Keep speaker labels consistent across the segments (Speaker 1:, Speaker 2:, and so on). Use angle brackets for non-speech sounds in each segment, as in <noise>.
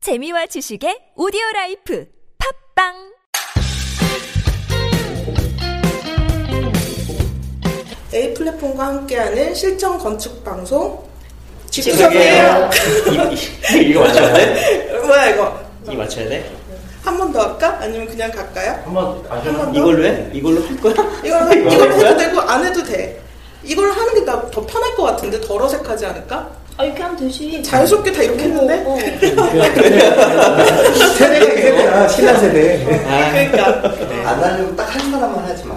Speaker 1: 재미와 지식의 오디오 라이프 팝빵
Speaker 2: A 플랫폼과 함께하는 실전 건축 방송 직구성이에요.
Speaker 3: 요 이거 맞춰야 돼?
Speaker 2: <laughs> 뭐야 이거?
Speaker 3: 이 맞춰야 돼?
Speaker 2: 한 번 더 할까? 아니면 그냥 갈까요?
Speaker 3: 한번 아,
Speaker 2: 한 번?
Speaker 3: 이걸로 해? 이걸로 할 거야?
Speaker 2: 이거
Speaker 3: 이거
Speaker 2: 이걸
Speaker 3: 뭐야?
Speaker 2: 해도 되고 안 해도 돼. 이걸 하는 게 나 더 편할 것 같은데 덜 어색하지 않을까?
Speaker 4: 아 이렇게 하면 되지.
Speaker 2: 자연스럽게 다 이렇게 했는데.
Speaker 4: 어, 어.
Speaker 2: <laughs>
Speaker 5: 세대가
Speaker 2: 어?
Speaker 3: 아,
Speaker 5: 세대야 신라
Speaker 2: 네.
Speaker 5: 세대
Speaker 2: 그러니까
Speaker 5: 안 하려고 딱 한 사람만 하지 마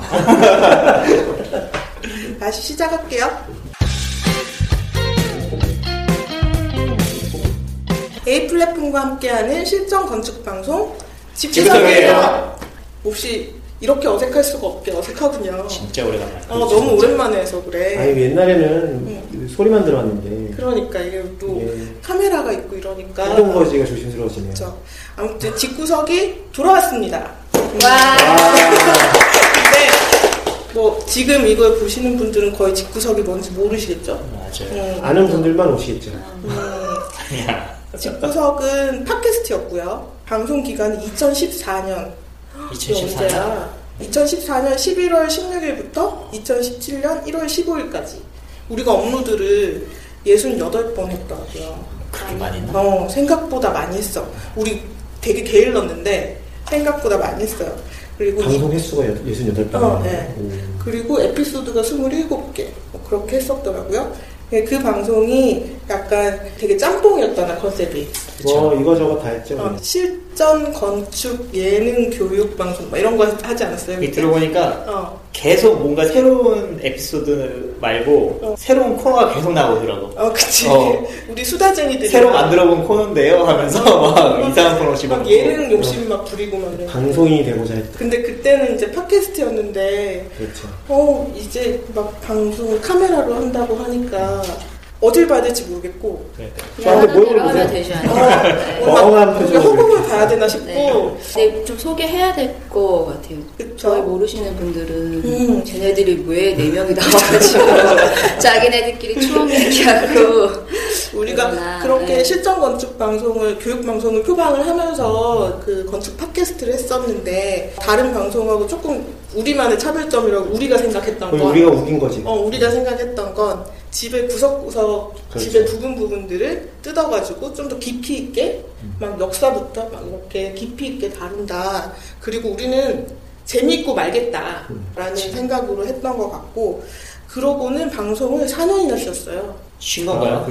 Speaker 2: <laughs> 다시 시작할게요. A 플랫폼과 함께하는 실전 건축 방송 직구성이에요.
Speaker 3: 직구성이에요.
Speaker 2: 혹시 이렇게 어색할 수가 없게 어색하군요.
Speaker 3: 진짜 오래간다.
Speaker 2: 어, 너무 오랜만에 해서 그래.
Speaker 6: 아니 옛날에는 그 소리만 들어왔는데
Speaker 2: 네. 그러니까 이게 또
Speaker 6: 예.
Speaker 2: 카메라가 있고 이러니까
Speaker 6: 행동 거지가 조심스러워지네요.
Speaker 2: 그렇죠. 아무튼 뒷구석이 돌아왔습니다. 근데 뭐 지금 이걸 보시는 분들은 거의 뒷구석이 뭔지 모르시겠죠?
Speaker 3: 맞아요.
Speaker 2: 음,
Speaker 6: 아는 분들만 오시겠죠.
Speaker 3: 야,
Speaker 2: 뒷구석은 팟캐스트였고요. 방송 기간이 2014년
Speaker 3: 2014년.
Speaker 2: 2014년 11월 16일부터 2017년 1월 15일까지 우리가 업로드를 68번 했더라고요.
Speaker 3: 그렇게 많이 했나?
Speaker 2: 어, 생각보다 많이 했어. 우리 되게 게을렀는데 생각보다 많이 했어요. 그리고 이-
Speaker 6: 방송 횟수가 68번.
Speaker 2: 그렇죠. 어, 네.
Speaker 6: 음.
Speaker 2: 그리고 에피소드가 27개 뭐 그렇게 했었더라고요. 네, 그 방송이 약간 되게 짬뽕이었잖아 컨셉이.
Speaker 6: 뭐 이거저거 다
Speaker 3: 음.
Speaker 6: 했죠.
Speaker 2: 그렇죠. 어, 실전 건축 예능 교육 방송 막 이런 거 하지 않았어요?
Speaker 3: 여기
Speaker 2: 그때?
Speaker 3: 들어보니까
Speaker 2: 어,
Speaker 3: 계속 뭔가 새로운 에피소드 말고
Speaker 2: 어.
Speaker 3: 새로운 코너가 계속 나오더라고.
Speaker 2: 어 그치.
Speaker 3: 어.
Speaker 2: <laughs> 우리 수다쟁이들이
Speaker 3: 새로
Speaker 2: 막-
Speaker 3: 만들어본 코너인데요 하면서 막 이상한 코너
Speaker 2: 막
Speaker 3: 집어넣고.
Speaker 2: 예능 욕심 막 부리고 막 이래.
Speaker 6: 방송인이 되고자 했던.
Speaker 2: 근데 그때는 이제 팟캐스트였는데
Speaker 6: 그렇죠.
Speaker 2: 어, 이제 막 방송 카메라로 한다고 하니까 어딜 봐야 될지 모르겠고.
Speaker 3: 그러니까.
Speaker 6: 저한테 뭘
Speaker 4: 들어가면
Speaker 6: 물어보세요?
Speaker 4: 되지
Speaker 2: 어,
Speaker 4: 않아요? 네.
Speaker 6: 멍한
Speaker 2: 뭔가
Speaker 6: 표정으로
Speaker 2: 허공을
Speaker 6: 이렇게.
Speaker 2: 봐야 되나 싶고. 어.
Speaker 4: 네. 근데 좀 소개해야 될 것 같아요. 저희
Speaker 2: 그쵸?
Speaker 4: 모르시는 분들은
Speaker 2: 음.
Speaker 4: 쟤네들이 왜 네 명이 나와가지고 <laughs> 자기네들끼리 추억 얘기하고
Speaker 2: 우리가
Speaker 4: 그러나,
Speaker 2: 그렇게
Speaker 4: 네.
Speaker 2: 실전 건축 방송을, 교육 방송을 표방을 하면서 그 건축 팟캐스트를 했었는데, 다른 방송하고 조금 우리만의 차별점이라고 우리가 생각했던
Speaker 6: 거의
Speaker 2: 건.
Speaker 6: 우리가 우긴 거지.
Speaker 2: 어, 우리가 생각했던 건 집의 구석구석,
Speaker 6: 그렇죠.
Speaker 2: 집의 부분 부분들을 뜯어가지고 좀 더 깊이 있게
Speaker 6: 음.
Speaker 2: 막 역사부터 막 이렇게 깊이 있게 다룬다. 그리고 우리는 재미있고 말겠다라는 생각으로 했던 것 같고, 그러고는 방송을 4년이나 쉬었어요.
Speaker 3: 쉰 건가요?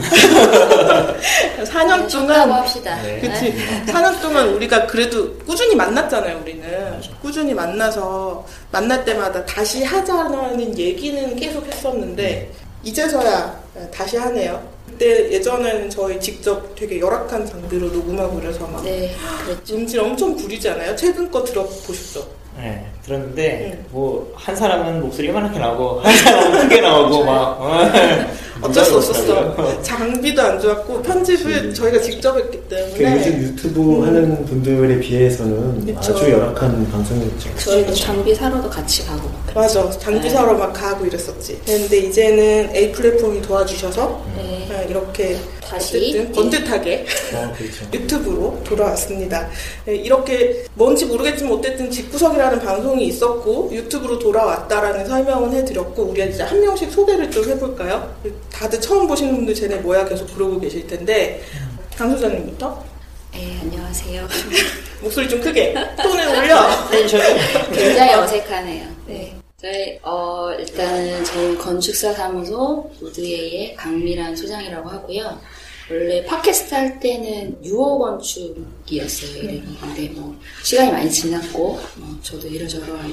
Speaker 2: 4년
Speaker 4: 좋다고
Speaker 2: 동안,
Speaker 4: 합시다.
Speaker 3: 네.
Speaker 2: 그치. 4년 동안 우리가 그래도 꾸준히 만났잖아요, 우리는. 꾸준히 만나서, 만날 때마다 다시 하자는 얘기는 계속 했었는데, 이제서야 다시 하네요. 그때 예전에는 저희 직접 되게 열악한 장비로 녹음하고 이래서 막
Speaker 4: 네, 그렇죠.
Speaker 2: 음질 엄청 부리잖아요. 최근 거 들어보셨죠?
Speaker 3: 네, 들었는데
Speaker 2: 음.
Speaker 3: 뭐 한 사람은 목소리 이만하게 나오고 한 사람은 크게 나오고 막 어?
Speaker 6: 네.
Speaker 2: 어쩔 수
Speaker 3: 그러더라고요.
Speaker 2: 없었어. 장비도 안 좋았고 편집을 저희가 직접 했기
Speaker 6: 음. 그 요즘
Speaker 2: 때문에
Speaker 6: 유튜브 하는 분들에 비해서는
Speaker 2: 네. 그렇죠.
Speaker 6: 아주 열악한 방송이었죠.
Speaker 4: 저희도 장비 사러도 같이 가고 막 그래요.
Speaker 2: 맞아 장비 사러 막 가고 이랬었지. 근데 이제는 A 플랫폼이 도와주셔서
Speaker 6: 음.
Speaker 4: 네.
Speaker 2: 아, 이렇게
Speaker 4: 다시 네.
Speaker 2: 어쨌든 번듯하게
Speaker 6: 아, 그렇죠.
Speaker 2: 유튜브로 돌아왔습니다. 네, 이렇게 뭔지 모르겠지만 어쨌든 집구석이라는 방송이 있었고 유튜브로 돌아왔다라는 설명은 해드렸고 우리가 이제 한 명씩 소개를 좀 해볼까요? 다들 처음 보시는 분들 쟤네 뭐야 계속 그러고 계실 텐데 강 소장님부터
Speaker 4: 네, 안녕하세요.
Speaker 2: 목소리 좀 크게 톤을
Speaker 4: <laughs>
Speaker 2: 올려. 네,
Speaker 4: 굉장히 어색하네요. 네. 저희, 어, 일단은 저희 건축사 사무소 우드웨이의 강미란 소장이라고 하고요. 원래 팟캐스트 할 때는 유호 건축이었어요, 이름이. 근데 뭐, 시간이 많이 지났고, 뭐, 저도 이러저러한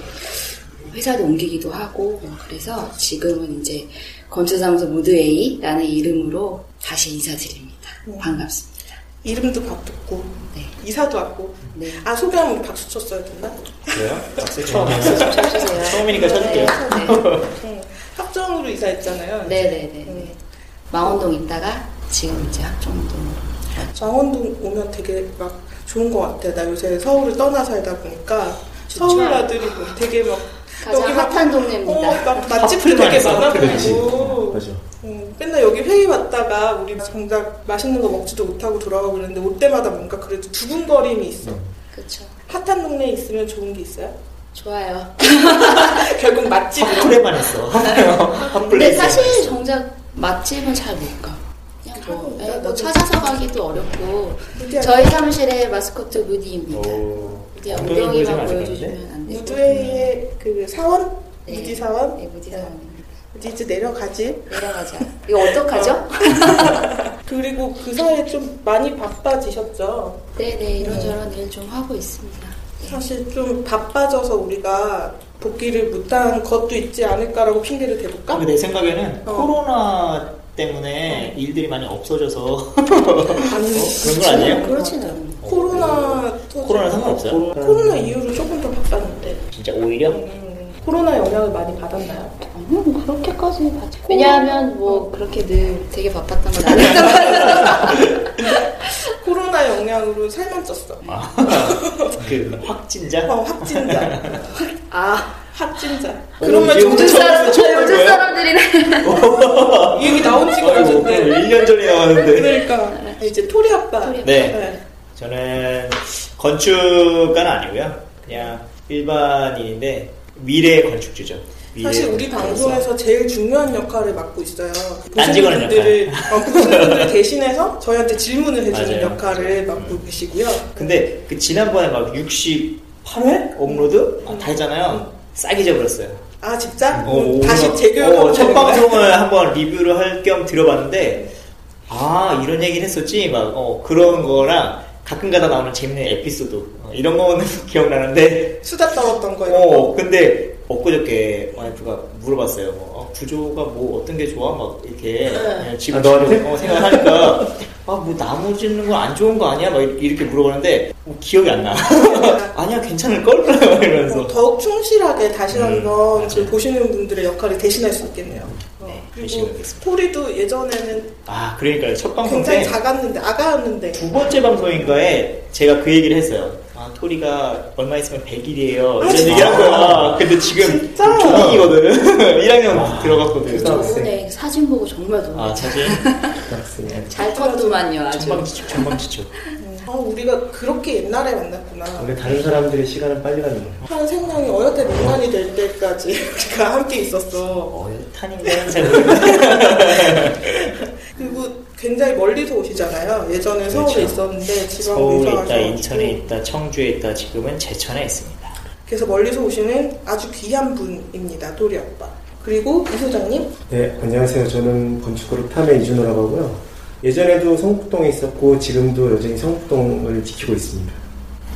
Speaker 4: 회사도 옮기기도 하고, 뭐, 그래서 지금은 이제 건축사무소 우드웨이라는 이름으로 다시 인사드립니다. 반갑습니다.
Speaker 2: 이름도 바꿨고
Speaker 4: 네.
Speaker 2: 이사도 왔고
Speaker 4: 네.
Speaker 2: 아 소개하면 박수 쳤어야 된다.
Speaker 3: 그래요? 박수 처음
Speaker 4: <laughs>
Speaker 3: 처음이니까 쳐줄게요.
Speaker 4: 네.
Speaker 2: 응. 합정으로 이사했잖아요.
Speaker 4: 네네네.
Speaker 2: 음.
Speaker 4: 망원동 있다가 지금 이제 학종동.
Speaker 2: 강원도 오면 되게 막 좋은 것 같아. 나 요새 서울을 떠나 살다 보니까 서울 아들이 뭐 되게 막
Speaker 4: 가장
Speaker 2: 여기 막-
Speaker 4: 핫한 동네입니다.
Speaker 2: 어, 막 맛집도
Speaker 3: 커플도
Speaker 2: 되게
Speaker 3: 많아서
Speaker 2: 많아
Speaker 6: 그렇지.
Speaker 2: 보이고
Speaker 6: 맞아.
Speaker 2: 음, 맨날 여기 회의 왔다가 우리 정작 맛있는 거 먹지도 못하고 돌아가고 그랬는데 올 때마다 뭔가 그래도 두근거림이 있어.
Speaker 6: 음.
Speaker 4: 그쵸.
Speaker 2: 핫한 동네에 있으면 좋은 게
Speaker 4: <laughs>
Speaker 2: 있어요?
Speaker 4: 좋아요.
Speaker 2: 결국 맛집.
Speaker 3: 헛플레만 했어. 헛플레.
Speaker 4: 근데 사실 정작 맛집은 잘 못 가. 그냥
Speaker 2: 잘
Speaker 4: 뭐, 예,
Speaker 2: 못
Speaker 4: 뭐
Speaker 2: 가거든요.
Speaker 4: 찾아서 가기도 어렵고
Speaker 2: 무대하게.
Speaker 4: 저희 사무실의 마스코트 무디입니다.
Speaker 3: 오.
Speaker 4: 무디야
Speaker 3: 엉덩이 보여주면
Speaker 4: 엉덩이만
Speaker 3: 안
Speaker 4: 보여주시면
Speaker 3: 되는데?
Speaker 4: 안 돼요.
Speaker 2: 무드웨이의 그 사원?
Speaker 4: 네.
Speaker 2: 무디 사원?
Speaker 4: 네, 무디 사원입니다.
Speaker 2: 무디즈 내려가지.
Speaker 4: 내려가자. 이거 어떡하죠?
Speaker 2: 그리고 그 사이에 좀 많이 바빠지셨죠?
Speaker 4: <laughs> 네네 이런저런 일 좀 하고 있습니다.
Speaker 2: 사실 좀 바빠져서 우리가 복귀를 못한 것도 있지 않을까라고 핑계를 대볼까?
Speaker 3: 근데 내 생각에는
Speaker 2: 아. 어.
Speaker 3: 코로나 때문에 일들이 많이 없어져서 <laughs>
Speaker 2: 아니,
Speaker 3: 그런 거 아니에요?
Speaker 4: 그렇진 않아요.
Speaker 2: 코로나 터지-
Speaker 3: 코로나 음. 상관없어요.
Speaker 2: 코로나 이후로 조금 더 바빴는데
Speaker 3: 진짜 오히려
Speaker 2: 음, 코로나 영향을 많이 받았나요?
Speaker 4: 음, 그렇게까지 받지. 왜냐하면 뭐 그렇게 늘 되게 바빴던 건 아니었던 것
Speaker 2: 코로나 영향으로 살만 쪘어.
Speaker 3: 아, <laughs> 그 확진자.
Speaker 2: 어, 확진자,
Speaker 4: 아,
Speaker 2: 확진자.
Speaker 3: 오,
Speaker 2: 그러면
Speaker 3: 이게
Speaker 2: 요즘
Speaker 3: 무슨
Speaker 2: 사람
Speaker 3: 처음 어,
Speaker 4: 요즘
Speaker 3: 거예요?
Speaker 4: 사람들이네.
Speaker 2: 이미 나온 지가 얼마인데
Speaker 3: 1년 전에 나왔는데.
Speaker 2: 그러니까 이제 토리 아빠.
Speaker 4: 토리 아빠.
Speaker 3: 네. 저는 건축가는 아니고요. 그냥 일반인인데 미래 건축주죠. 미래
Speaker 2: 사실 우리
Speaker 3: 건축가로서.
Speaker 2: 방송에서 제일 중요한 역할을 맡고 있어요. 보시는
Speaker 3: 딴지거는
Speaker 2: 분들을 어, 보시는 분들 대신해서 저희한테 질문을 해주는
Speaker 3: 맞아요.
Speaker 2: 역할을 맡고 계시고요.
Speaker 3: 근데 그 지난번에 막 68회 업로드 아, 다 했잖아요. 싸게 잡으렸어요.
Speaker 2: 아 진짜?
Speaker 3: 어,
Speaker 2: 그럼
Speaker 3: 오늘
Speaker 2: 다시
Speaker 3: 한-
Speaker 2: 재교육
Speaker 3: 어, 첫 방송을 한번 리뷰를 할 겸 들어봤는데 아 이런 얘기를 했었지 막 어, 그런 거랑 가끔가다 나오는 재밌는 에피소드 어, 이런 거는 <laughs> 기억나는데
Speaker 2: 수다 떨었던 거 이런
Speaker 3: 어
Speaker 2: 거.
Speaker 3: 근데 엊그저께 와이프가 물어봤어요 뭐, 어, 구조가 뭐 어떤 게 좋아 막 이렇게 그냥 지금
Speaker 6: 아, 너한테?
Speaker 3: 지금, 어, 생각하니까 아 뭐 나무 짓는 건 안 좋은 거 아니야 막 이렇게 물어보는데 뭐 기억이 안나 <laughs> 아니야 괜찮을 걸 <laughs> 이러면서
Speaker 2: 어, 더욱 충실하게 다시
Speaker 3: 음,
Speaker 2: 한번 그
Speaker 3: 맞아요.
Speaker 2: 보시는 분들의 역할을 대신할 수 있겠네요. 어,
Speaker 3: 네, 열심히
Speaker 2: 그리고
Speaker 3: 하겠습니다.
Speaker 2: 스토리도 예전에는
Speaker 3: 아 그러니까요 첫 방송 때
Speaker 2: 굉장히 작았는데 아가였는데
Speaker 3: 두 번째 방송인가에 제가 그 얘기를 했어요. 아, 토리가 얼마 있으면 100일이에요.
Speaker 2: 아,
Speaker 3: 이런
Speaker 2: 진짜?
Speaker 3: 얘기 한 거야. 근데 지금
Speaker 2: 진짜?
Speaker 3: 초딩이거든. <laughs> 1학년 들어갔거든.
Speaker 2: 네,
Speaker 4: 저번에 네, 사진 보고 정말 놀랐어요.
Speaker 3: 아, <laughs> 사실
Speaker 4: 잘 컸더만요, 아주.
Speaker 3: 전방지축, 전방지축. 음.
Speaker 2: 아, 우리가 그렇게 옛날에 만났구나.
Speaker 6: 원래 다른 사람들의 시간은 빨리 가는 거예요.
Speaker 2: 한 생명이 어엿해 미만이 될 때까지 <laughs> 우리가 함께 있었어.
Speaker 3: 어엿한인가는 잘 모르겠는데.
Speaker 2: 그리고 굉장히 멀리서 오시잖아요. 예전에
Speaker 3: 그렇죠.
Speaker 2: 서울에 있었는데 지방
Speaker 3: 서울에 있다,
Speaker 2: 이사하셔가지고.
Speaker 3: 인천에 있다, 청주에 있다, 지금은 제천에 있습니다.
Speaker 2: 그래서 멀리서 오시는 아주 귀한 분입니다. 도리 아빠. 그리고 이 소장님
Speaker 6: 네, 안녕하세요. 저는 건축그룹 탐의 이준호라고 하고요. 예전에도 성북동에 있었고 지금도 여전히 성북동을 지키고 있습니다.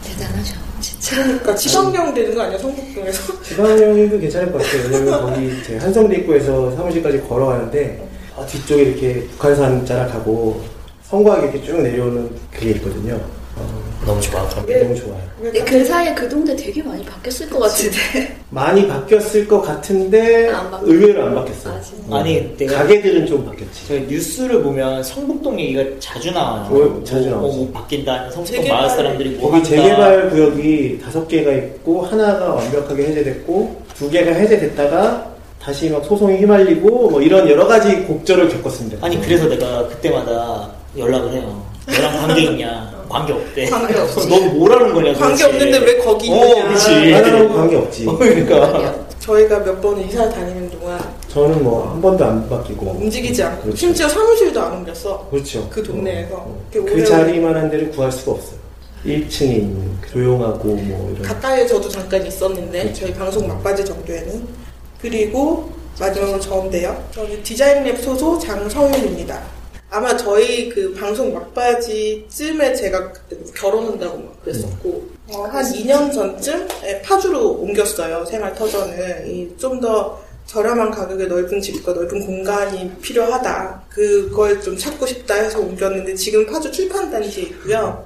Speaker 4: 대단하죠, 진짜.
Speaker 2: 그러니까 지방경 되는 거 아니야 성북동에서?
Speaker 6: 지방형도 괜찮을 것 같아요. 왜냐면 거기 제 한성대입구에서 사무실까지 걸어가는데 아, 뒤쪽에 이렇게 북한산 자락하고 성곽 이렇게 쭉 내려오는 그게 있거든요. 어,
Speaker 3: 너무 좋아. 그럼
Speaker 6: 그게 너무 좋아요.
Speaker 2: 그러니까
Speaker 4: 근데 그 사이에 그 동네 되게 많이 바뀌었을 것 같은데.
Speaker 6: 많이 바뀌었을 것 같은데
Speaker 4: 안 바뀌-
Speaker 6: 의외로 안 바뀌었어요. 네.
Speaker 4: 아, 진짜?
Speaker 3: 아니, 내가-
Speaker 6: 가게들은 좀 바뀌었지.
Speaker 3: 저희 뉴스를 보면 성북동 얘기가 자주 나와요.
Speaker 6: 어, 자주
Speaker 3: 뭐,
Speaker 6: 나오죠.
Speaker 3: 뭐 바뀐다, 성북동
Speaker 2: 재개발.
Speaker 3: 마을 사람들이 뭐
Speaker 6: 거기
Speaker 2: 그러니까.
Speaker 3: 한다.
Speaker 6: 재개발 구역이 다섯 개가 있고 하나가 완벽하게 해제됐고 두 개가 해제됐다가 다시 막 소송이 휘말리고 뭐 이런 여러 가지 곡절을 겪었습니다.
Speaker 3: 아니 그래서 내가 그때마다 연락을 해요. 너랑 관계
Speaker 2: <laughs>
Speaker 3: 있냐? 관계 없대.
Speaker 2: 관계 없지.
Speaker 3: 너 뭐라는 거냐?
Speaker 2: 관계
Speaker 3: 도대체.
Speaker 2: 없는데 왜 거기
Speaker 3: 어,
Speaker 2: 있느냐.
Speaker 3: 그렇지.
Speaker 6: 나랑 관계 없지.
Speaker 3: 어, 그러니까.
Speaker 2: 네. 저희가 몇 번 이사를 다니는 동안
Speaker 6: 저는 뭐 한 번도 안 바뀌고
Speaker 2: 움직이지 않고
Speaker 6: 그렇죠.
Speaker 2: 심지어 사무실도 안 옮겼어.
Speaker 6: 그렇죠.
Speaker 2: 그 동네에서.
Speaker 6: 어, 어.
Speaker 2: 이렇게
Speaker 6: 그
Speaker 2: 오래-
Speaker 6: 자리만한 데를 구할 수가 없어요. 1층에 있는 그 조용하고 뭐 이런
Speaker 2: 가까이에 저도 잠깐 있었는데
Speaker 6: 그렇죠.
Speaker 2: 저희 방송 막바지 정도에는 그리고 마지막으로 저인데요. 저는 디자인랩 소속 장성윤입니다. 아마 저희 그 방송 막바지쯤에 제가 그때 결혼한다고 막 그랬었고
Speaker 6: 네.
Speaker 2: 어, 한 2년 전쯤 에, 파주로 옮겼어요. 생활 터전을 좀 더 저렴한 가격에 넓은 집과 넓은 공간이 필요하다. 그걸 좀 찾고 싶다 해서 옮겼는데 지금 파주 출판단지에 있고요.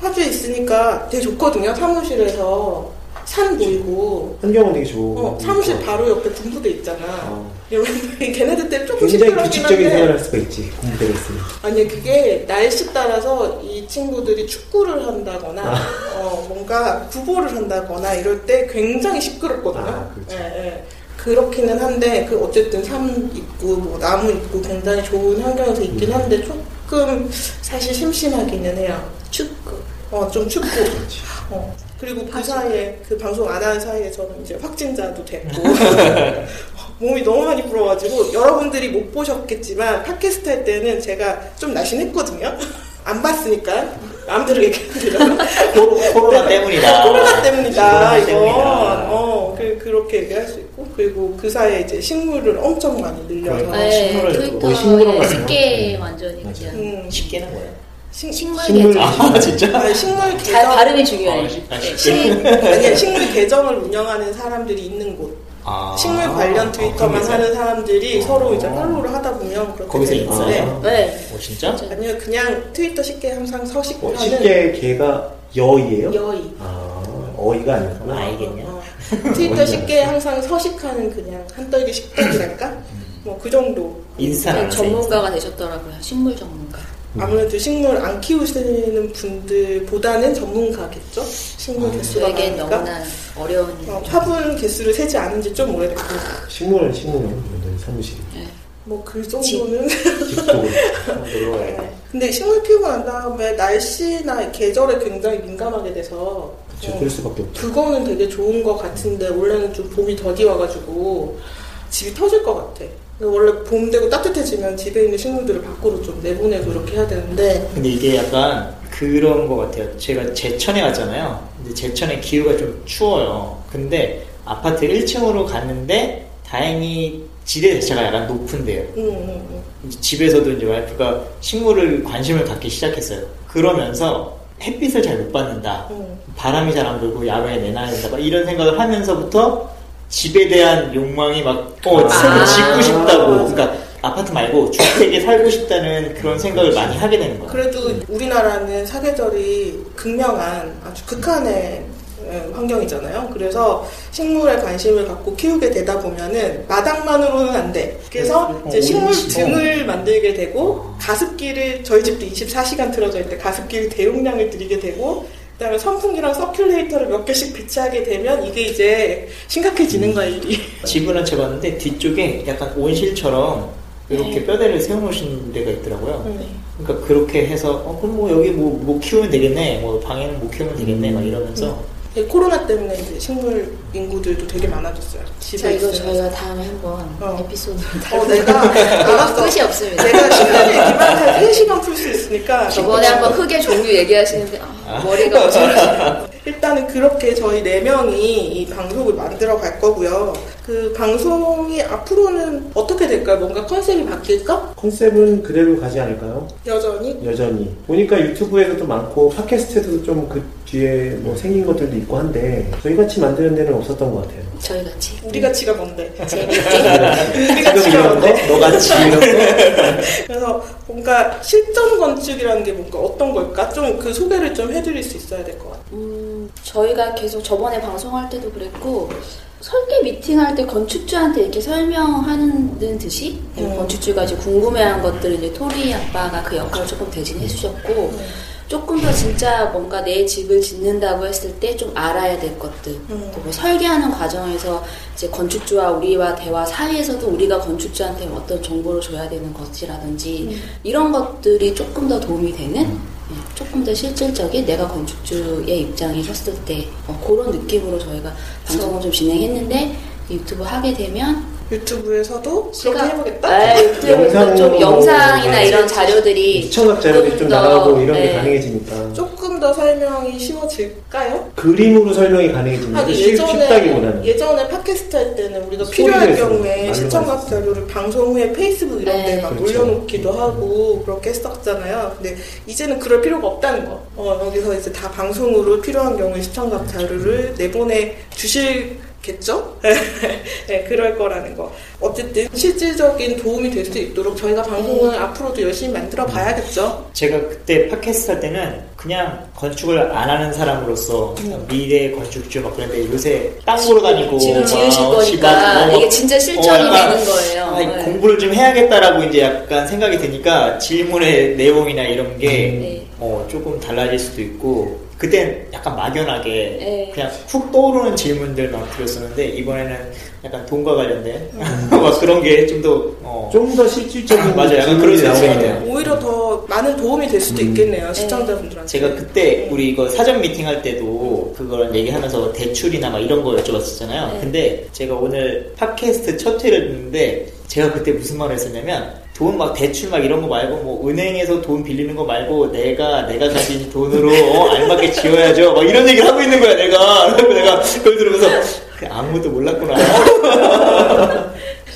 Speaker 2: 파주에 있으니까 되게 좋거든요. 사무실에서 산 보이고
Speaker 6: 환경은 되게 좋고
Speaker 2: 어, 사무실 바로 옆에 군부대 있잖아.
Speaker 6: 어.
Speaker 2: 이러면 <laughs> 걔네들 때문에 조금
Speaker 6: 굉장히
Speaker 2: 시끄럽긴
Speaker 6: 규칙적인
Speaker 2: 한데
Speaker 6: 생활을 할 수가 있지 공부되어 있으면
Speaker 2: 아니 그게 날씨 따라서 이 친구들이 축구를 한다거나
Speaker 6: 아.
Speaker 2: 어, 뭔가 구보를 한다거나 이럴 때 굉장히 시끄럽거든요.
Speaker 6: 아, 그렇죠.
Speaker 2: 예, 예. 그렇기는 한데 그 어쨌든 삶 있고 뭐 나무 있고 굉장히 좋은 환경에서
Speaker 6: 음.
Speaker 2: 있긴 한데 조금 사실 심심하기는 해요.
Speaker 4: 춥고.
Speaker 2: 어, 좀 춥고. 어. 그리고 그 사이에, 그 방송 안 하는 사이에 저는 이제 확진자도 됐고.
Speaker 6: <laughs>
Speaker 2: 몸이 너무 많이 불어가지고, 여러분들이 못 보셨겠지만, 팟캐스트 할 때는 제가 좀 날씬했거든요? 안 봤으니까. 마음대로 얘기해드려요.
Speaker 3: 코로- 코로나 때문이다.
Speaker 2: 코로나 때문이다,
Speaker 3: 코로나
Speaker 2: 이거.
Speaker 3: 때문이다.
Speaker 2: 어, 그, 그렇게 얘기할 수 있고. 그리고 그 사이에 이제 식물을 엄청 많이 늘려서.
Speaker 6: 그러니까
Speaker 3: 그래요?
Speaker 6: 네.
Speaker 3: 식물을
Speaker 6: 거의 식물원
Speaker 4: 네, 트위터에
Speaker 6: 같아요.
Speaker 4: 쉽게 완전히 그냥.
Speaker 2: 음,
Speaker 3: 쉽게는 뭐야?
Speaker 2: 식,
Speaker 4: 식물
Speaker 6: 식물-
Speaker 4: 계정.
Speaker 3: 아 진짜?
Speaker 2: <laughs> 아니, 식물
Speaker 4: <laughs> 잘
Speaker 2: 계정.
Speaker 4: 발음이 중요해요.
Speaker 3: 아, 시- 아, 쉽게.
Speaker 4: 네, 식-
Speaker 2: 아니, 식물 계정을 운영하는 사람들이 있는 곳.
Speaker 3: 아,
Speaker 2: 식물 관련 트위터만
Speaker 3: 거기서?
Speaker 2: 하는 사람들이
Speaker 3: 어.
Speaker 2: 서로 이제 팔로우를 하다 보면 그렇게
Speaker 3: 거기서
Speaker 2: 되는데
Speaker 3: 있어요?
Speaker 4: 네.
Speaker 3: 어, 진짜?
Speaker 2: 아니요 그냥 트위터 쉽게 항상 서식
Speaker 6: 어,
Speaker 2: 하는
Speaker 6: 쉽게 개가 여이예요?
Speaker 2: 여의
Speaker 6: 아, 어이가 아니구나.
Speaker 3: 알겠냐?
Speaker 2: 어, 트위터 쉽게 항상 서식하는 그냥 한떨기 식탁이랄까
Speaker 4: 음.
Speaker 2: 뭐 그 정도
Speaker 3: 인스타는
Speaker 4: 그냥
Speaker 3: 안 써요,
Speaker 4: 네, 전문가가 되셨더라고요. 식물 전문가.
Speaker 2: 아무래도 식물 안 키우시는 분들보다는 전문가겠죠 식물 개수가
Speaker 4: 저에겐
Speaker 2: 많으니까
Speaker 4: 음. 너무나 어려운.
Speaker 2: 어, 화분 개수를 세지 않은 지 좀 오래됐고
Speaker 6: 식물은 식물원들
Speaker 2: <laughs>
Speaker 6: 사무실이.
Speaker 2: 뭐 그 정도는
Speaker 6: 집도
Speaker 3: 인스타. 놀러 가야 돼.
Speaker 2: 근데 식물 피우고 난 다음에 날씨나 계절에 굉장히 민감하게 돼서
Speaker 6: 그렇죠.
Speaker 2: 어,
Speaker 6: 그럴 수밖에 없죠.
Speaker 2: 그거는 되게 좋은 것 같은데 원래는 좀 봄이 더디 와가지고 집이 터질 것 같아. 근데 원래 봄 되고 따뜻해지면 집에 있는 식물들을 밖으로 좀 내보내고 이렇게 해야 되는데
Speaker 3: 근데 이게 약간 그런 것 같아요. 제가 제천에 갔잖아요. 근데 제천의 기후가 좀 추워요. 근데 아파트 1층으로 갔는데 다행히 지대 자체가 약간 높은데요.
Speaker 2: 음, 음, 음.
Speaker 3: 이제 집에서도 이제 와이프가 식물을 관심을 갖기 시작했어요. 그러면서 햇빛을 잘 못 받는다.
Speaker 2: 음.
Speaker 3: 바람이 잘 안 불고 야외에 내놔야 된다. 막 이런 생각을 하면서부터 집에 대한 욕망이 막, 어, 새로 짓고 싶다고. 그러니까 아파트 말고 주택에 살고 싶다는 그런 생각을 많이 하게 되는 거예요.
Speaker 2: 그래도 우리나라는 사계절이 극명한 아주 극한의 에, 환경이잖아요. 그래서 식물에 관심을 갖고 키우게 되다 보면은 마당만으로는 안 돼. 그래서
Speaker 3: 어,
Speaker 2: 이제 식물
Speaker 3: 오이지.
Speaker 2: 등을 만들게 되고 가습기를 저희 집도 24시간 틀어져 있대. 가습기를 대용량을 들이게 되고 그다음에 선풍기랑 서큘레이터를 몇 개씩 배치하게 되면 이게 이제 심각해지는 거야 일이.
Speaker 3: 집을 한채 봤는데 뒤쪽에 약간 온실처럼 이렇게 뼈대를 세워놓으신 데가 있더라고요.
Speaker 2: 네.
Speaker 4: 네.
Speaker 3: 그러니까 그렇게 해서 어 그럼 뭐 여기 뭐, 뭐 키우면 되겠네, 뭐 방에는 뭐 키우면 되겠네 막 이러면서
Speaker 2: 이 예, 코로나 때문에 이제 식물 인구들도 되게 많아졌어요.
Speaker 4: 자,
Speaker 2: 집에
Speaker 4: 이거
Speaker 2: 있으면서.
Speaker 4: 저희가 다음에 한번
Speaker 2: 어.
Speaker 4: 에피소드로
Speaker 2: 어,
Speaker 4: 다뤄볼게요.
Speaker 2: 내가 알았어.
Speaker 4: 끝이 없습니다.
Speaker 2: 내가 시간에 기만한 3시간 풀 수 있으니까.
Speaker 4: 저번에 한번 흙의 종류 얘기하시는데 아, 머리가 어지러워.
Speaker 2: 일단은 그렇게 저희 4명이 이 방송을 만들어 갈 거고요. 그 방송이 앞으로는 어떻게 될까요? 뭔가 컨셉이 바뀔까?
Speaker 6: 컨셉은 그대로 가지 않을까요?
Speaker 2: 여전히?
Speaker 6: 여전히. 보니까 유튜브에서도 많고, 팟캐스트에서도 좀 그 뒤에 뭐 생긴 것들도 있고 한데, 저희 같이 만드는 데는 없었던 것 같아요.
Speaker 4: 저희 같이
Speaker 2: 우리 가치가 뭔데?
Speaker 4: 네.
Speaker 2: <laughs>
Speaker 4: 재밌게
Speaker 2: 우리
Speaker 6: 지금
Speaker 2: 가치가
Speaker 6: 이런 거?
Speaker 2: 뭔데?
Speaker 6: 너같이 이런 거?
Speaker 2: 그래서 뭔가 실전 건축이라는 게 뭔가 어떤 걸까? 좀 그 소개를 좀 해드릴 수 있어야 될 것 같아요.
Speaker 4: 음, 저희가 계속 저번에 방송할 때도 그랬고 설계 미팅할 때 건축주한테 이렇게 설명하는 듯이 네,
Speaker 2: 음.
Speaker 4: 건축주가 이제 궁금해한 것들을 이제 토리 아빠가 그 역할을 조금 대신해 주셨고 조금 더 진짜 뭔가 내 집을 짓는다고 했을 때 좀 알아야 될 것들
Speaker 2: 음.
Speaker 4: 또뭐 설계하는 과정에서 이제 건축주와 우리와 대화 사이에서도 우리가 건축주한테 어떤 정보를 줘야 되는 것이라든지 이런 것들이 조금 더 도움이 되는 예, 조금 더 실질적인 내가 건축주의 입장에 섰을 때 어, 그런 느낌으로 저희가 방송을 좀 진행했는데 유튜브 하게 되면
Speaker 2: 유튜브에서도 그렇게
Speaker 4: 시각-
Speaker 2: 해보겠다?
Speaker 4: 아, 유튜브에서 좀
Speaker 6: 영상으로
Speaker 4: 영상이나
Speaker 6: 네.
Speaker 4: 이런 자료들이
Speaker 6: 시청각 자료들이 좀 나가고 이런 게
Speaker 4: 네.
Speaker 6: 가능해지니까.
Speaker 2: 조금 더 설명이 쉬워질까요?
Speaker 6: 그림으로 설명이 가능해지니까
Speaker 2: 하긴
Speaker 6: 쉽, 쉽다기보다는.
Speaker 2: 예전에 예전에 팟캐스트 할 때는 우리가
Speaker 6: 소리로
Speaker 2: 필요할
Speaker 6: 해서
Speaker 2: 경우에
Speaker 6: 만들어
Speaker 2: 시청각
Speaker 6: 놨었어요.
Speaker 2: 자료를 방송 후에 페이스북 이런
Speaker 4: 네.
Speaker 2: 데막
Speaker 6: 그렇죠.
Speaker 2: 올려놓기도 하고 그렇게 했었잖아요. 근데 이제는 그럴 필요가 없다는 거. 어, 여기서 이제 다 방송으로 필요한 경우에 시청각 자료를 내보내 주실겠죠? <laughs> 네, 그럴 거라는 거. 어쨌든 실질적인 도움이 될 수 있도록 저희가 방송을 앞으로도 열심히 만들어 봐야겠죠.
Speaker 3: <laughs> 제가 그때 팟캐스트 할 때는 그냥 건축을 안 하는 사람으로서 미래 건축주 막 그런데 요새 땅 보러 다니고
Speaker 4: 음. 지금
Speaker 3: 막
Speaker 4: 지으실
Speaker 3: 집
Speaker 4: 거니까
Speaker 3: 하고 막 어,
Speaker 4: 이게 진짜 실천이
Speaker 3: 약간,
Speaker 4: 되는 거예요.
Speaker 3: 아,
Speaker 4: 네.
Speaker 3: 공부를 좀 해야겠다라고 이제 약간 생각이 드니까 질문의 내용이나 이런 게
Speaker 4: 네.
Speaker 3: 어, 조금 달라질 수도 있고 그땐 약간 막연하게
Speaker 4: 네.
Speaker 3: 그냥 훅 떠오르는 질문들 막 드렸었는데 이번에는 약간 돈과 관련된
Speaker 4: 음.
Speaker 3: <laughs> 막 그런 게 좀더 어,
Speaker 6: 좀 더 실질적인
Speaker 3: 맞아요. 약간 그런
Speaker 6: 질문이 나오게
Speaker 3: 생각이
Speaker 6: 되네요. 음.
Speaker 2: 오히려 더 많은 도움이 될 수도 있겠네요 시청자분들한테.
Speaker 3: 제가 그때 우리 이거 사전 미팅 할 때도 그거랑 얘기하면서 대출이나 막 이런 거 여쭤봤었잖아요. 근데 제가 오늘 팟캐스트 첫 회를 듣는데 제가 그때 무슨 말을 했었냐면 돈 막 대출 막 이런 거 말고 뭐 은행에서 돈 빌리는 거 말고 내가 내가 가진 돈으로 어, 알맞게 지어야죠. 막 이런 얘기를 하고 있는 거야 내가. <laughs> 그래서 내가 그걸 들으면서 그래, 아무도 몰랐구나.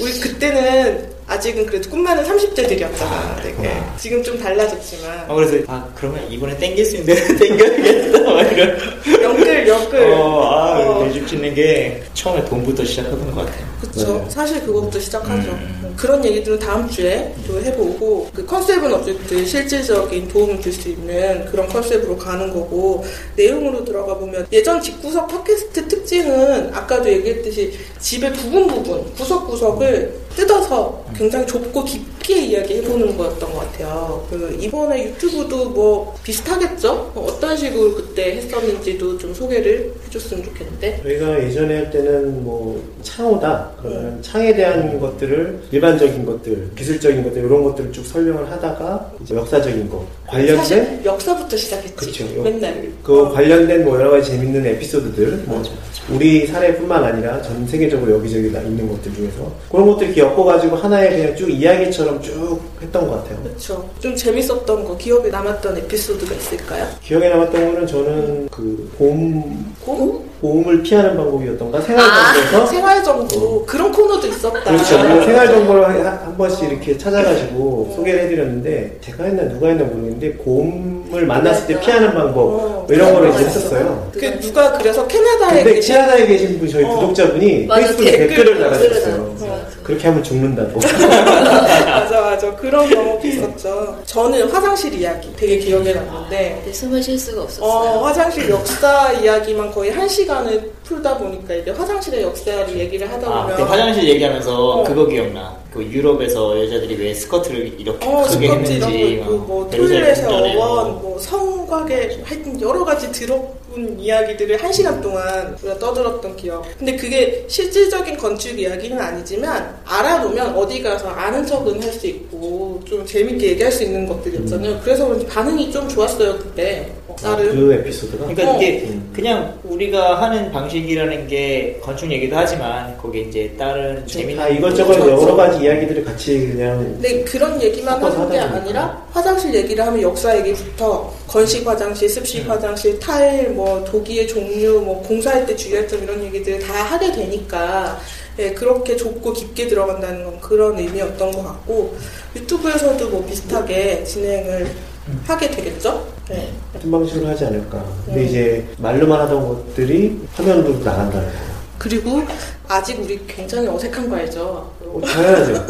Speaker 2: 우리 그때는 아직은 그래도 꿈 많은 30대들이었잖아. 되게 지금 좀 달라졌지만
Speaker 3: 어, 그래서 아 그러면 이번에 땡길 수 있는데 <laughs> 땡겨야겠다. 막 이런.
Speaker 2: 연끌 연끌.
Speaker 3: 어, 아,
Speaker 2: 어,
Speaker 3: 내집 짓는 게 처음에 돈부터 시작하던 것 같아요.
Speaker 2: 그쵸.
Speaker 6: 네.
Speaker 2: 사실 그것부터 시작하죠. 그런 얘기들은 다음 주에 또 해보고, 그 컨셉은 어쨌든 실질적인 도움을 줄 수 있는 그런 컨셉으로 가는 거고, 내용으로 들어가 보면, 예전 집구석 팟캐스트 특징은 아까도 얘기했듯이 집의 부분 부분, 구석구석을 뜯어서 굉장히 좁고 깊게 이야기해보는 거였던 것 같아요. 그 이번에 유튜브도 뭐 비슷하겠죠? 어떤 식으로 그때 했었는지도 좀 소개를 해줬으면 좋겠는데.
Speaker 6: 저희가 예전에 할 때는 뭐 창호다
Speaker 2: 네.
Speaker 6: 그러면 창에 대한 것들을 일반적인 것들 기술적인 것들 이런 것들을 쭉 설명을 하다가 이제 역사적인 거 관련된
Speaker 2: 사실 역사부터 시작했지.
Speaker 6: 그쵸.
Speaker 2: 맨날. 어.
Speaker 6: 그 관련된 뭐 여러 가지 재밌는 에피소드들 뭐 우리 사례뿐만 아니라 전 세계적으로 여기저기 나 있는 것들 중에서 그런 것들 이렇게 엮어가지고 하나의 그냥 쭉 이야기처럼 쭉 했던 것 같아요.
Speaker 2: 그렇죠. 좀 재밌었던 거, 기억에 남았던 에피소드가 있을까요?
Speaker 6: 기억에 남았던 거는 저는 그 봄,
Speaker 2: 고?
Speaker 6: 봄을 피하는 방법이었던가 생활 정보에서
Speaker 2: 아,
Speaker 6: 어.
Speaker 2: 생활 정보 그런 코너도 있었다.
Speaker 6: 그렇죠. 물론 생활 정보를 한- 한 번씩 이렇게 찾아가지고 소개를 해드렸는데 제가 했나 누가 했나 모르겠는데 곰을 만났을 때 피하는
Speaker 2: 어,
Speaker 6: 방법 뭐 이런 거를
Speaker 2: 그런
Speaker 6: 이제
Speaker 2: 거
Speaker 6: 했었어요.
Speaker 2: 그 누가 그래서 캐나다에
Speaker 6: 근데
Speaker 2: 계신
Speaker 6: 캐나다에 계신 분 저희
Speaker 2: 어.
Speaker 6: 구독자분이
Speaker 4: 맞아,
Speaker 6: 페이스북에
Speaker 4: 댓글,
Speaker 6: 댓글을
Speaker 4: 댓글을
Speaker 6: 달아주셨어요.
Speaker 4: 달아주셨어요.
Speaker 6: 그렇게 하면 죽는다고.
Speaker 2: <laughs> 맞아 맞아 그런 경험도 있었죠. 저는 화장실 이야기 되게 기억에 남는데
Speaker 4: 근데 숨을 쉴 수가
Speaker 2: 네. 어,
Speaker 4: 없었어요.
Speaker 2: 화장실 역사 이야기만 거의 한 시간을 풀다 보니까 이제 화장실의 역사를 얘기를 하다
Speaker 3: 아,
Speaker 2: 보면
Speaker 3: 그때
Speaker 6: 네.
Speaker 3: 화장실 얘기하면서
Speaker 2: 어.
Speaker 3: 그거 기억나. 그 유럽에서 여자들이 왜 스커트를 이렇게
Speaker 2: 어, 두껍지
Speaker 3: 크게
Speaker 2: 이런 거
Speaker 3: 했는지.
Speaker 2: 있고, 뭐,
Speaker 3: 베르사유
Speaker 2: 토요일에서
Speaker 3: 궁전에 뭐.
Speaker 2: 어원, 뭐, 성곽에, 하여튼 여러 가지 들어본 이야기들을 한 시간 동안 우리가 떠들었던 기억. 근데 그게 실질적인 건축 이야기는 아니지만, 알아보면 어디 가서 아는 척은 할 수 있고, 좀 재밌게 얘기할 수 있는 것들이었잖아요. 그래서 그런지 반응이 좀 좋았어요, 그때. 어, 나를.
Speaker 6: 그 에피소드가.
Speaker 3: 음. 아, 그러니까
Speaker 2: 어.
Speaker 3: 이게
Speaker 6: 음.
Speaker 3: 그냥 우리가 하는 방식이라는 게 건축 얘기도 하지만 거기에 이제 다른
Speaker 6: 다
Speaker 3: 재미난
Speaker 6: 이것저것
Speaker 2: 그렇죠.
Speaker 6: 여러 가지 이야기들을 같이 그냥
Speaker 2: 근데 네, 그런 얘기만
Speaker 6: 섞어서
Speaker 2: 하는 게
Speaker 6: 하다 보니까.
Speaker 2: 아니라 화장실 얘기를 하면 역사 얘기부터 건식 화장실,
Speaker 6: 음.
Speaker 2: 습식 화장실, 타일, 뭐 도기의 종류, 뭐 공사할 때 주의할 점 이런 얘기들을 다 하게 되니까 예, 그렇게 좁고 깊게 들어간다는 건 그런 의미였던 것 같고 유튜브에서도 뭐 비슷하게 진행을
Speaker 6: 음.
Speaker 2: 하게 되겠죠? 예.
Speaker 4: 네.
Speaker 6: 같은 방식으로 하지 않을까. 근데
Speaker 2: 음.
Speaker 6: 이제 말로만 하던 것들이 화면으로 나간다는 거예요.
Speaker 2: 그리고 아직 우리 굉장히 어색한 거 알죠?
Speaker 6: 어, 당연하죠.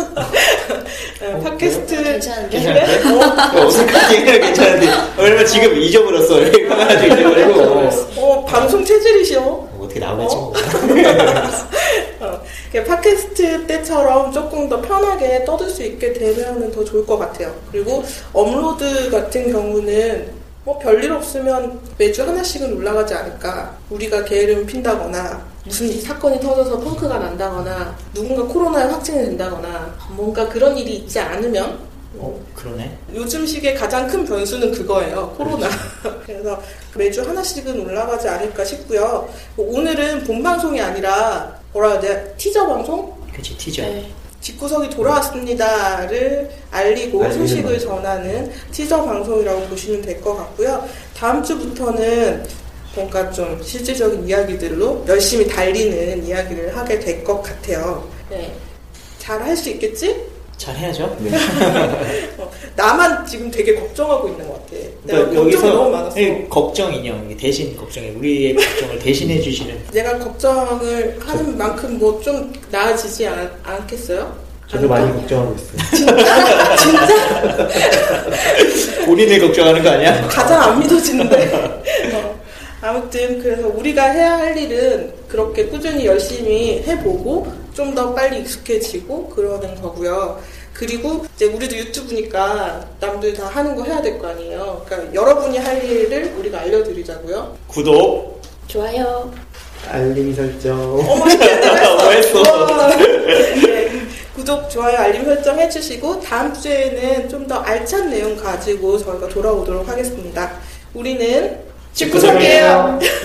Speaker 2: 예,
Speaker 6: 어,
Speaker 2: 팟캐스트
Speaker 4: 괜찮은데?
Speaker 3: 괜찮은데?
Speaker 6: <laughs>
Speaker 3: 어, 어색하게 해야 괜찮은데. 왜냐면 지금 잊어버렸어. 카메라 좀 잊어버리고.
Speaker 2: 어, 방송 체질이시오?
Speaker 3: 어떻게 나오겠지? 뭐.
Speaker 2: 어, 이렇게 팟캐스트 때처럼 조금 더 편하게 떠들 수 있게 되면 더 좋을 것 같아요. 그리고 업로드 같은 경우는 뭐 별일 없으면 매주 하나씩은 올라가지 않을까. 우리가 게으름 핀다거나 무슨 일- 사건이 터져서 펑크가 난다거나 누군가 코로나에 확진이 된다거나 뭔가 그런 일이 있지 않으면
Speaker 3: 어, 그러네.
Speaker 2: 요즘 시기에 가장 큰 변수는 그거예요. 코로나. <laughs> 그래서 매주 하나씩은 올라가지 않을까 싶고요. 뭐 오늘은 본방송이 아니라 뭐라 해야 돼? 티저 방송?
Speaker 3: 그치, 티저.
Speaker 2: 네. 집구석이 돌아왔습니다를 알리고
Speaker 6: 알리는
Speaker 2: 소식을
Speaker 6: 방송.
Speaker 2: 전하는 티저 방송이라고 보시면 될 것 같고요. 다음 주부터는 뭔가 좀 실질적인 이야기들로 열심히 달리는 이야기를 하게 될 것 같아요. 네. 잘 할 수 있겠지?
Speaker 3: 잘 해야죠.
Speaker 6: 네.
Speaker 2: 어, 나만 지금 되게 걱정하고 있는 것 같아. 내가
Speaker 3: 그러니까
Speaker 2: 걱정이 너무 많았어.
Speaker 3: 예, 걱정이요. 대신 걱정해. 우리의 걱정을 대신해 주시는.
Speaker 2: 내가 걱정을 하는 만큼 뭐 좀 나아지지 않, 않겠어요?
Speaker 6: 저도 많이 걱정하고 있어요.
Speaker 2: 진짜? 진짜?
Speaker 3: 본인을 걱정하는 거 아니야?
Speaker 2: 가장 안 믿어지는데. <laughs> 어, 아무튼 그래서 우리가 해야 할 일은 그렇게 꾸준히 열심히 해보고 좀 더 빨리 익숙해지고 그러는 거고요. 그리고 이제 우리도 유튜브니까 남들 다 하는 거 해야 될 거 아니에요. 그러니까 여러분이 할 일을 우리가 알려드리자고요.
Speaker 3: 구독. <laughs>
Speaker 4: 좋아요.
Speaker 6: 알림 설정.
Speaker 2: 어머, 시간을 했어.
Speaker 3: 왜뭐 했어?
Speaker 2: 우와. 네. 구독, 좋아요, 알림 설정 해주시고 다음 주에는 좀 더 알찬 내용 가지고 저희가 돌아오도록 하겠습니다. 우리는 직구석이에요.